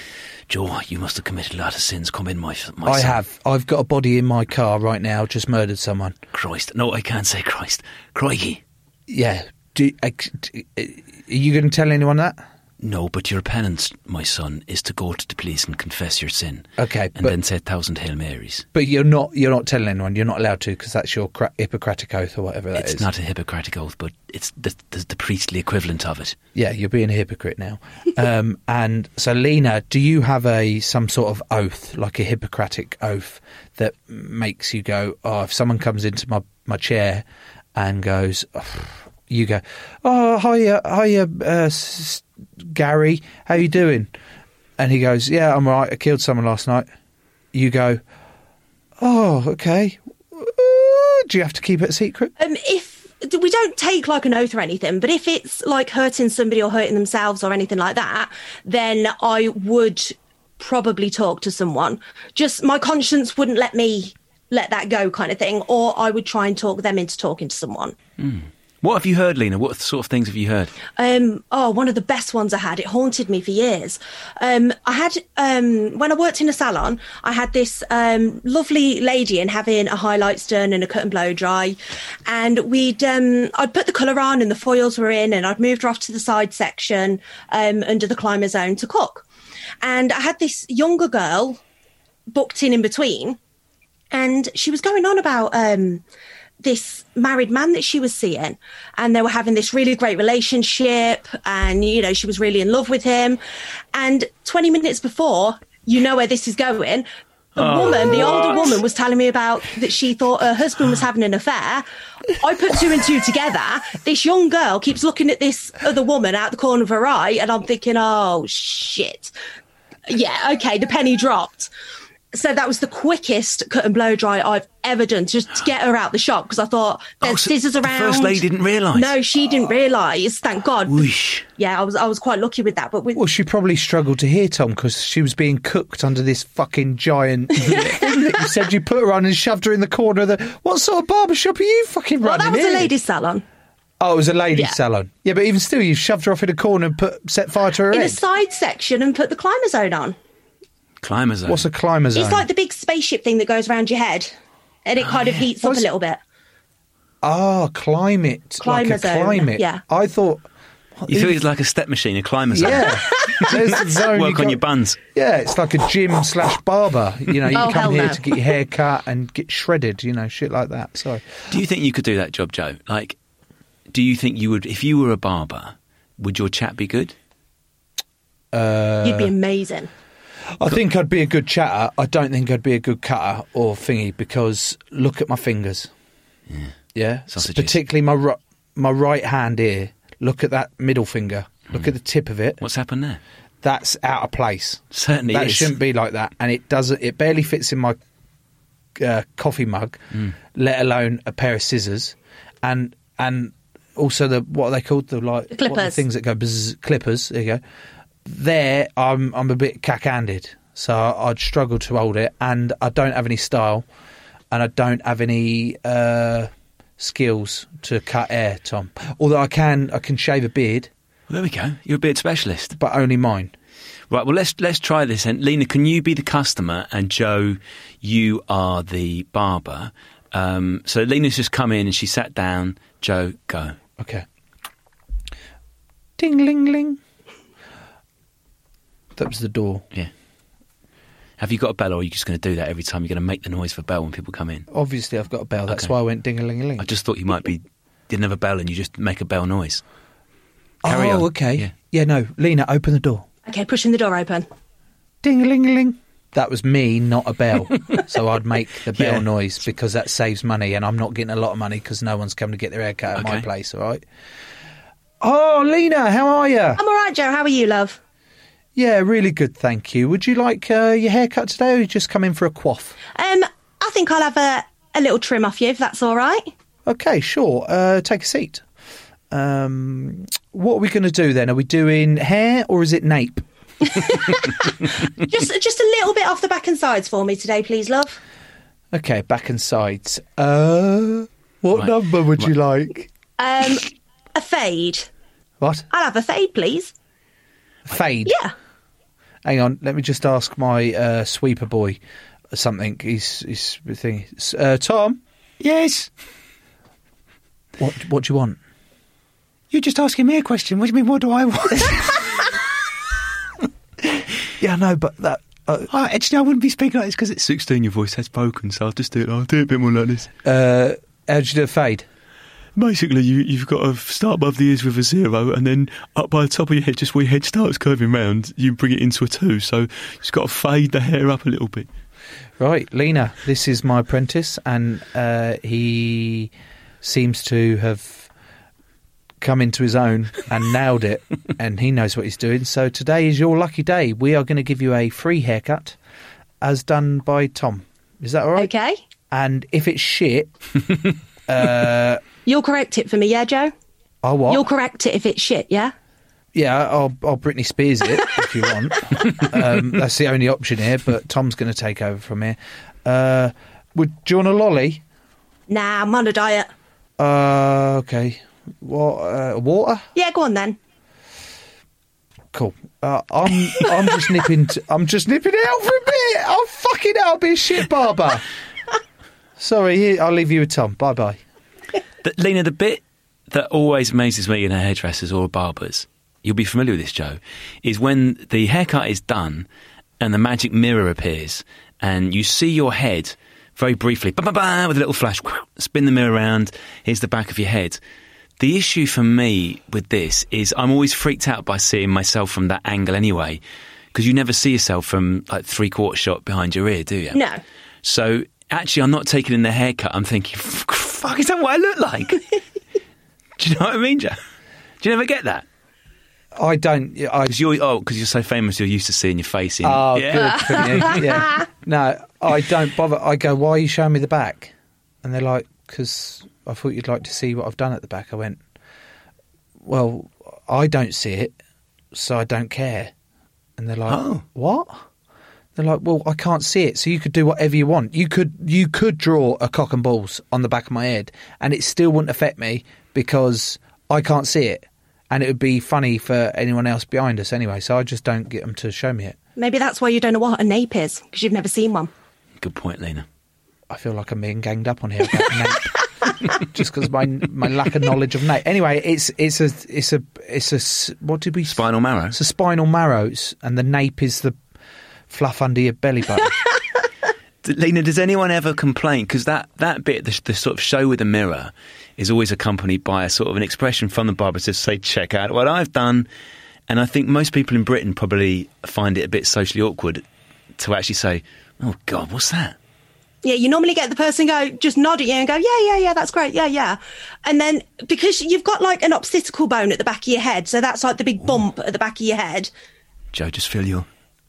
Joe, you must have committed a lot of sins. Come in, my, my I son. have. I've got a body in my car right now. Just murdered someone. Christ. No, I can't say Christ. Crikey. Yeah. Do, ex- d- uh, are you going to tell anyone that? No, but your penance, my son, is to go to the police and confess your sin. Okay, And then say a thousand Hail Marys. But you're not. You're not telling anyone. You're not allowed to because that's your cra- Hippocratic oath or whatever that is. it's not a Hippocratic oath, but it's the, the, the priestly equivalent of it. Yeah, you're being a hypocrite now. Um, and so, Lena, do you have a some sort of oath, like a Hippocratic oath, that makes you go, "Oh, if someone comes into my my chair and goes," you go, "Oh, hiya, hiya, uh, s- s- Gary, how you doing?" And he goes, "Yeah, I'm all right. I killed someone last night." You go, "Oh, okay." Uh, Do you have to keep it a secret? Um, if we don't take like an oath or anything, but if it's like hurting somebody or hurting themselves or anything like that, then I would probably talk to someone. Just my conscience wouldn't let me let that go, kind of thing. Or I would try and talk them into talking to someone. What have you heard, Lena? What sort of things have you heard? Um, oh, one of the best ones I had. It haunted me for years. Um, I had um, when I worked in a salon, I had this um, lovely lady in having a highlight stern and a cut and blow dry, and we'd um, I'd put the colour on and the foils were in, and I'd moved her off to the side section um, under the climber zone to cook, and I had this younger girl booked in in between, and she was going on about um, this married man that she was seeing and they were having this really great relationship and you know she was really in love with him and 20 minutes before you know where this is going the Oh, woman the older what? woman was telling me about that she thought her husband was having an affair i put two and two together this young girl keeps looking at this other woman out the corner of her eye and i'm thinking oh shit yeah, okay, the penny dropped. So that was the quickest cut and blow dry I've ever done just to get her out the shop because I thought there's scissors around. Oh, first lady didn't realise? Oh. No, she didn't realise. Thank God. Yeah, I was I was quite lucky with that. But with, Well, she probably struggled to hear Tom because she was being cooked under this fucking giant. thing that you said you put her on and shoved her in the corner of the. What sort of barbershop are you fucking well, running? that was a here? ladies' salon Oh, it was a ladies' Yeah. salon. Yeah, but even still, you shoved her off in a corner and put set fire to her in a head. side section and put the climber zone on. Climber zone. What's a climber zone? It's like the big spaceship thing that goes around your head, and Oh, it kind of heats up a little bit. Ah, climate. Climber like a zone, climate. yeah. I thought. You feel it's like a step machine, a climber zone. Yeah. There's the zone you Work on got- your buns. Yeah, it's like a gym slash barber. You know, you Oh, hell come here no. to get your hair cut and get shredded. You know, shit like that. Sorry. Do you think you could do that job, Joe? Like, do you think you would, if you were a barber, would your chat be good? Uh, You'd be amazing. I think I'd be a good chatter. I don't think I'd be a good cutter or thingy because look at my fingers. Yeah. Yeah, Sausages. particularly my ri- my right hand here. Look at that middle finger. Look at the tip of it. What's happened there? That's out of place. Certainly that is. shouldn't be like that. And it doesn't. It barely fits in my uh, coffee mug, Mm. let alone a pair of scissors, and and also the what are they called? The like The what are clippers. things that go buzz, clippers. There you go. There, I'm I'm a bit cack-handed, so I'd struggle to hold it, and I don't have any style, and I don't have any uh, skills to cut hair, Tom. Although I can I can shave a beard. There we go. You're a beard specialist, but only mine. Right. Well, let's let's try this. And Lena, can you be the customer, and Joe, you are the barber. Um, so Lena's just come in, and she sat down. Joe, go. Okay. Ding ling ling. That was the door. Yeah. Have you got a bell, or are you just going to do that every time? You're going to make the noise of a bell when people come in. Obviously, I've got a bell. That's Okay. why I went ding a ling a ling. I just thought you might be didn't have a bell, and you just make a bell noise. Carry oh, on. okay. Yeah. Yeah. no, Lena, open the door. Okay, pushing the door open. Ding a ling a ling. That was me, not a bell. so I'd make the bell Yeah. noise because that saves money, and I'm not getting a lot of money because no one's coming to get their hair cut at my Okay. place. All right. Oh, Lena, how are you? I'm all right, Joe. How are you, love? Yeah, really good, thank you. Would you like uh, your haircut today, or you just come in for a quaff? Um, I think I'll have a, a little trim off you if that's all right. Okay, sure. Uh, take a seat. Um, what are we going to do then? Are we doing hair or is it nape? just just a little bit off the back and sides for me today, please, love. Okay, back and sides. Uh, what number would you like? Um, a fade. What? I'll have a fade, please. Fade. Yeah. Hang on, let me just ask my uh, sweeper boy something. He's he's thinking. Uh, Tom. Yes. What what do you want? You're just asking me a question. What do you mean? What do I want? yeah, no, but that. uh, I, actually, I wouldn't be speaking like this because it's. Sixteen, your voice has spoken, so I'll just do it. I'll do it a bit more like this. Uh, how'd you do a fade? Basically, you, you've got to start above the ears with a zero, and then up by the top of your head, just where your head starts curving round, you bring it into a two. So you've got to fade the hair up a little bit. Right, Lena, this is my apprentice, and uh, he seems to have come into his own and nailed it, and he knows what he's doing. So today is your lucky day. We are going to give you a free haircut, as done by Tom. Is that all right? Okay. And if it's shit, uh, You'll correct it for me, yeah, Joe? I'll what? You'll correct it if it's shit, yeah? Yeah, I'll, I'll Britney Spears it if you want. um, that's the only option here, but Tom's going to take over from here. Uh, would, do you want a lolly? Nah, I'm on a diet. Uh, okay. What? Uh, water? Yeah, go on then. Cool. Uh, I'm I'm just nipping. T- I'm just nipping out for a bit. I'll fucking out. I'll be a shit barber. Sorry, here- I'll leave you with Tom. Bye bye. The, Lena, the bit that always amazes me in hairdressers or barbers, you'll be familiar with this, Joe, is when the haircut is done and the magic mirror appears and you see your head very briefly, ba ba ba, with a little flash, spin the mirror around, here's the back of your head. The issue for me with this is I'm always freaked out by seeing myself from that angle anyway, because you never see yourself from like three quarter shot behind your ear, do you? No. So actually, I'm not taking in the haircut. I'm thinking, fuck, is that what I look like? Do you know what I mean, Joe? Do you never get that? I don't. I because you're oh, 'cause you're so famous, you're used to seeing your face in. Oh, good for you. Yeah. No, I don't bother. I go, why are you showing me the back? And they're like, because I thought you'd like to see what I've done at the back. I went, well, I don't see it, so I don't care. And they're like, Oh. what? They're like, well, I can't see it, so you could do whatever you want. You could you could draw a cock and balls on the back of my head, and it still wouldn't affect me because I can't see it, and it would be funny for anyone else behind us anyway. So I just don't get them to show me it. Maybe that's why you don't know what a nape is, because you've never seen one. Good point, Lena. I feel like I'm being ganged up on here about Nape, just because my my lack of knowledge of Nape. Anyway, it's it's a it's a it's a s- what did we spinal marrow? It's a spinal marrows, and the Nape is the fluff under your belly button. D- Lena, does anyone ever complain? Because that, that bit, the, sh- the sort of show with the mirror, is always accompanied by a sort of an expression from the barber to say, check out what I've done. And I think most people in Britain probably find it a bit socially awkward to actually say, "Oh God, what's that?" Yeah, you normally get the person go just nod at you and go, yeah, yeah, yeah, that's great, yeah, yeah, and then because you've got like an occipital bone at the back of your head, so that's like the big bump at the back of your head. Joe, just feel your.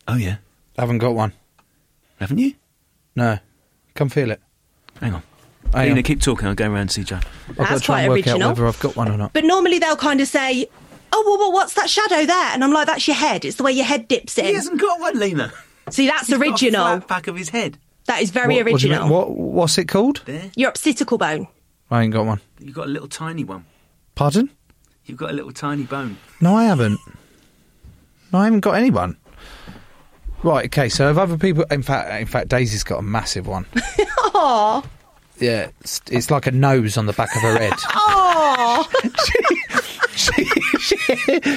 Oh yeah, I haven't got one. Haven't you? No. Come feel it. Hang on. Hang Are you on. going to keep talking? I'll go around and see Joe. I've got to That's try and quite work original. out whether I've got one or not. But normally they'll kind of say, "Oh, well, well, what's that shadow there?" And I'm like, "That's your head. It's the way your head dips in." He hasn't got one, Lena. See, that's original. back of his head. That is very What- what do you mean? original. What, what's it called? Your occipital bone. I ain't got one. You've got a little tiny one. Pardon? You've got a little tiny bone. No, I haven't. No, I haven't got anyone. Right. Okay. So have other people. In fact, in fact, Daisy's got a massive one. Aww. Yeah, it's, it's like a nose on the back of her head.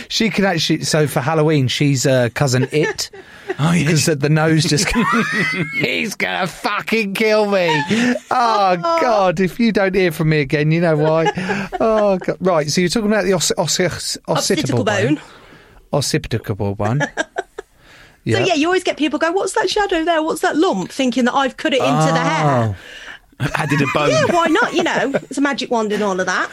she can actually. So for Halloween, she's uh, cousin It. Oh yeah. Because the, the nose just. He's gonna fucking kill me. Oh God! If you don't hear from me again, you know why. Oh God. Right. So you're talking about the os- os- os- Occipital occipital bone. bone. Occipital bone. Yeah. So yeah, you always get people go, "What's that shadow there? What's that lump?" Thinking that I've cut it into the Oh. hair. Added a bone. Yeah, why not? You know, it's a magic wand and all of that.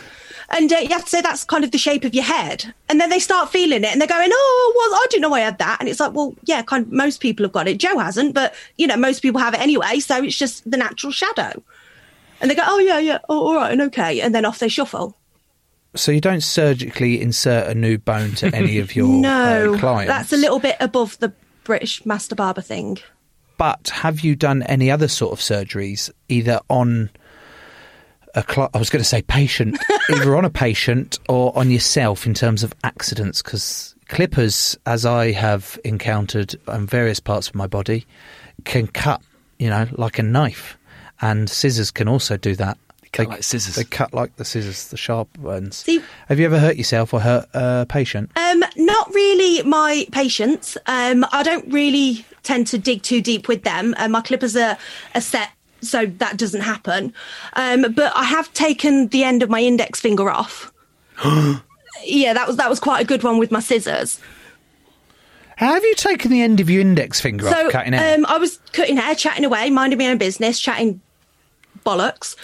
And uh, you have to say that's kind of the shape of your head. And then they start feeling it and they're going, oh, well, I didn't know I had that. And it's like, well, yeah, kind of, most people have got it. Joe hasn't, but, you know, most people have it anyway. So it's just the natural shadow. And they go, oh, yeah, yeah, oh, all right, and okay. And then off they shuffle. So you don't surgically insert a new bone to any of your no, uh, clients. that's a little bit above the British master barber thing. But have you done any other sort of surgeries, either on a cli I was going to say patient, either on a patient or on yourself in terms of accidents? Because clippers, as I have encountered on various parts of my body, can cut, you know, like a knife, and scissors can also do that. They cut like scissors. They cut like the scissors, the sharp ones. See- have you ever hurt yourself or hurt a patient? Um, not really my patients. Um, I don't really tend to dig too deep with them. Um, my clippers are, are set, so that doesn't happen. Um, but I have taken the end of my index finger off. yeah, that was that was quite a good one with my scissors. How have you taken the end of your index finger so off cutting out? Um, I was cutting hair, chatting away, minding my own business, chatting bollocks,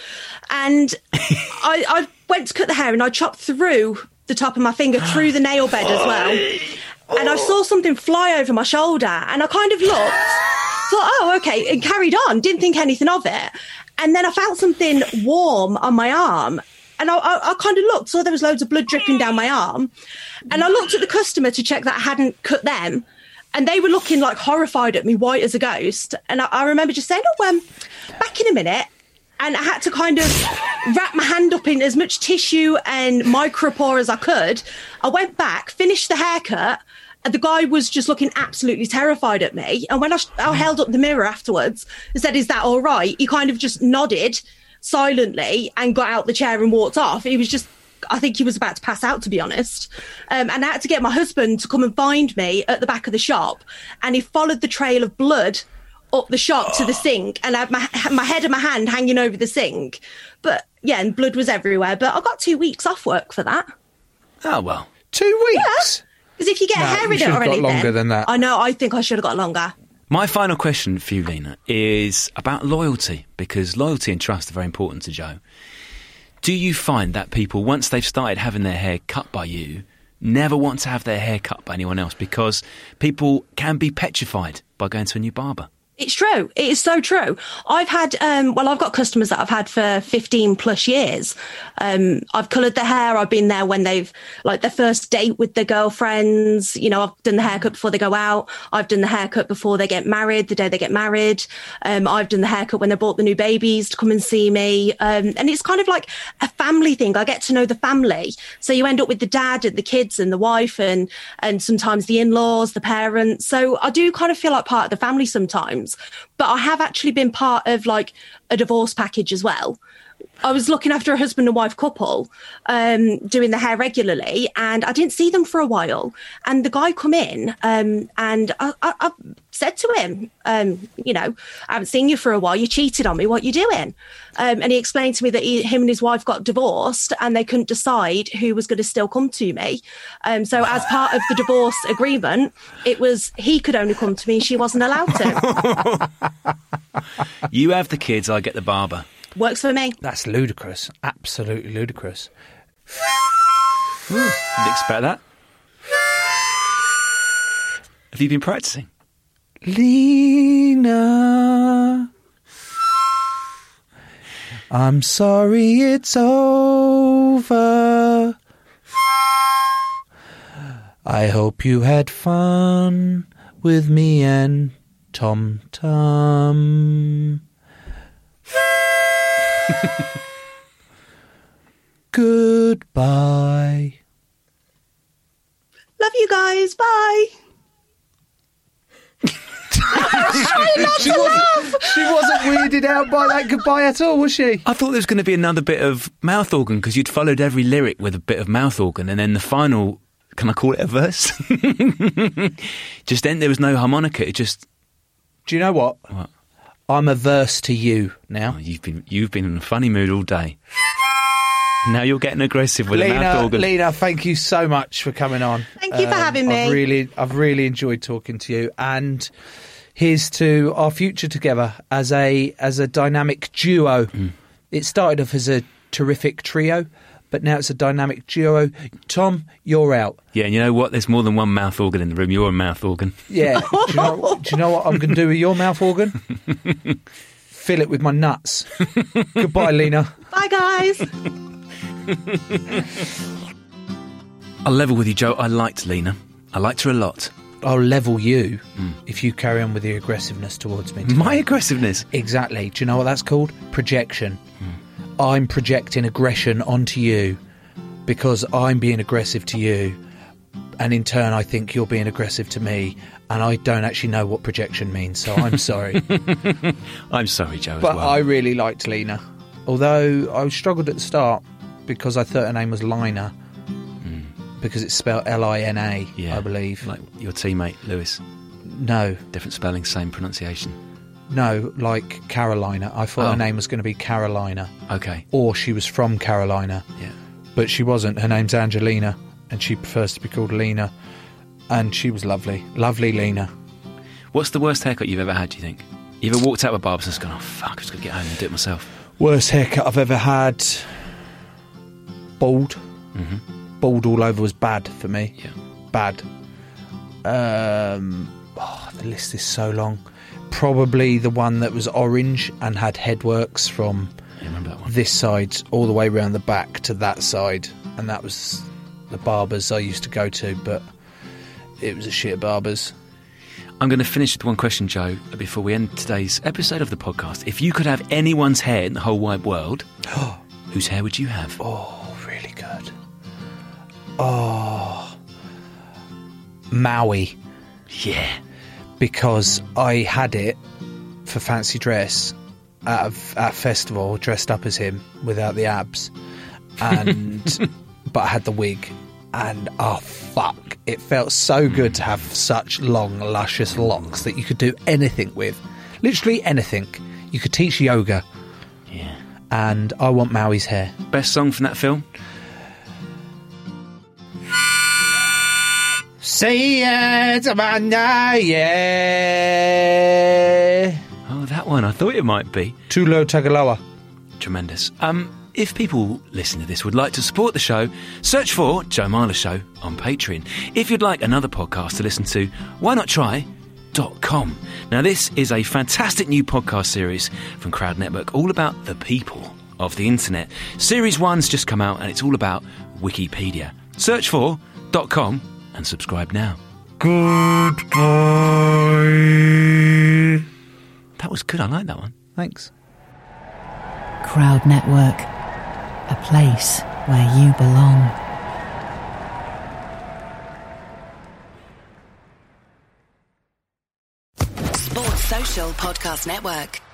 and I, I went to cut the hair and I chopped through the top of my finger through the nail bed as well. And I saw something fly over my shoulder, and I kind of looked, thought, "Oh, okay," and carried on. Didn't think anything of it. And then I felt something warm on my arm, and I, I, I kind of looked, saw there was loads of blood dripping down my arm, and I looked at the customer to check that I hadn't cut them. And they were looking like horrified at me, white as a ghost. And I, I remember just saying, "Oh, um, back in a minute." And I had to kind of wrap my hand up in as much tissue and micropore as I could. I went back, finished the haircut, and the guy was just looking absolutely terrified at me. And when I, sh- I held up the mirror afterwards and said, "Is that all right?" He kind of just nodded silently and got out the chair and walked off. He was just I think he was about to pass out, to be honest. Um, and I had to get my husband to come and find me at the back of the shop. And he followed the trail of blood up the shop to the sink. And I had my, my head and my hand hanging over the sink. But yeah, and blood was everywhere. But I got two weeks off work for that. Oh, well. Two weeks? Because if you get a No, hair you in it should have or got anything. longer than that. I know, I think I should have got longer. My final question for you, Lena, is about loyalty because loyalty and trust are very important to Joe. Do you find that people, once they've started having their hair cut by you, never want to have their hair cut by anyone else because people can be petrified by going to a new barber? It's true. It is so true. I've had, um, well, I've got customers that I've had for 15 plus years. Um, I've coloured their hair. I've been there when they've, like, their first date with their girlfriends. You know, I've done the haircut before they go out. I've done the haircut before they get married, the day they get married. Um, I've done the haircut when they bought the new babies to come and see me. Um, and it's kind of like a family thing. I get to know the family. So you end up with the dad and the kids and the wife and, and sometimes the in-laws, the parents. So I do kind of feel like part of the family sometimes, but I have actually been part of like a divorce package as well. I was looking after a husband and wife couple, um, doing the hair regularly, and I didn't see them for a while. And the guy come in, um, and I, I, I said to him, um, you know, I haven't seen you for a while. You cheated on me. What you doing? Um, and he explained to me that he, him and his wife got divorced, and they couldn't decide who was going to still come to me. Um, so as part of the divorce agreement, it was he could only come to me, she wasn't allowed to. You have the kids, I get the barber. Works for me. That's ludicrous. Absolutely ludicrous. Hmm. Didn't expect that. Have you been practicing? Lena. I'm sorry it's over. I hope you had fun with me and Tom Tom. Goodbye. Love you guys. Bye. she, wasn't, she wasn't weirded out by that goodbye at all, was she? I thought there was going to be another bit of mouth organ because you'd followed every lyric with a bit of mouth organ, and then the final. Can I call it a verse? just then, there was no harmonica. It just Do you know what? What? I'm averse to you now. oh, you've been you've been in a funny mood all day. Now you're getting aggressive with a mouth Lena, organ. Lena, thank you so much for coming on. Um, Thank you for having I've me. really, I've really enjoyed talking to you, and here's to our future together as a as a dynamic duo. Mm. It started off as a terrific trio, but now it's a dynamic duo. Tom, you're out. Yeah, and you know what? There's more than one mouth organ in the room. You're a mouth organ. Yeah. do, you know, do you know what I'm going to do with your mouth organ? Fill it with my nuts. Goodbye, Lena. Bye, guys. I'll level with you, Joe. I liked Lena. I liked her a lot. I'll level you Hmm. if you carry on with your aggressiveness towards me. My aggressiveness. Exactly. Do you know what that's called? Projection. Hmm. I'm projecting aggression onto you because I'm being aggressive to you. And in turn, I think you're being aggressive to me. And I don't actually know what projection means. So I'm sorry. I'm sorry, Joe. but as well. I really liked Lena. Although I struggled at the start because I thought her name was Lina. Because it's spelled L I N A, Hmm. Yeah. I believe. like your teammate Lewis. No, Different spelling, same pronunciation. no, like Carolina. I thought Oh. her name was going to be Carolina. Okay. or she was from Carolina. Yeah. But she wasn't. Her name's Angelina, and she prefers to be called Lena. And she was lovely. Lovely Lena. What's the worst haircut you've ever had? Do you think? You ever walked out with barbers and just gone, "Oh fuck, I was gonna get home and do it myself." Worst haircut I've ever had. Bald. Bald all over was bad for me. Mm-hmm. Yeah. Bad. Um, oh, the list is so long. Probably the one that was orange and had headworks from I remember that one. this side all the way round the back to that side and that was the barbers i used to go to but it was a shit barbers I'm going to finish with one question, Joe, before we end today's episode of the podcast. If you could have anyone's hair in the whole wide world, whose hair would you have? oh really good oh maui Yeah. because i had it for fancy dress at a, at a festival dressed up as him without the abs and but i had the wig and oh fuck it felt so good to have such long luscious locks that you could do anything with literally anything you could teach yoga Yeah. and i want maui's hair Best song from that film? say it yeah Oh, that one. I thought it might be. tulo tagaloa Tremendous. Um, if people listening to this would like to support the show, search for Joe Marler Show on Patreon. If you'd like another podcast to listen to, why not try .com. Now this is a fantastic new podcast series from Crowd Network all about the people of the internet. Series 1's just come out and it's all about Wikipedia. Search for .com and subscribe now. goodbye That was good. I like that one. thanks Crowd Network, a place where you belong. Sports Social Podcast Network.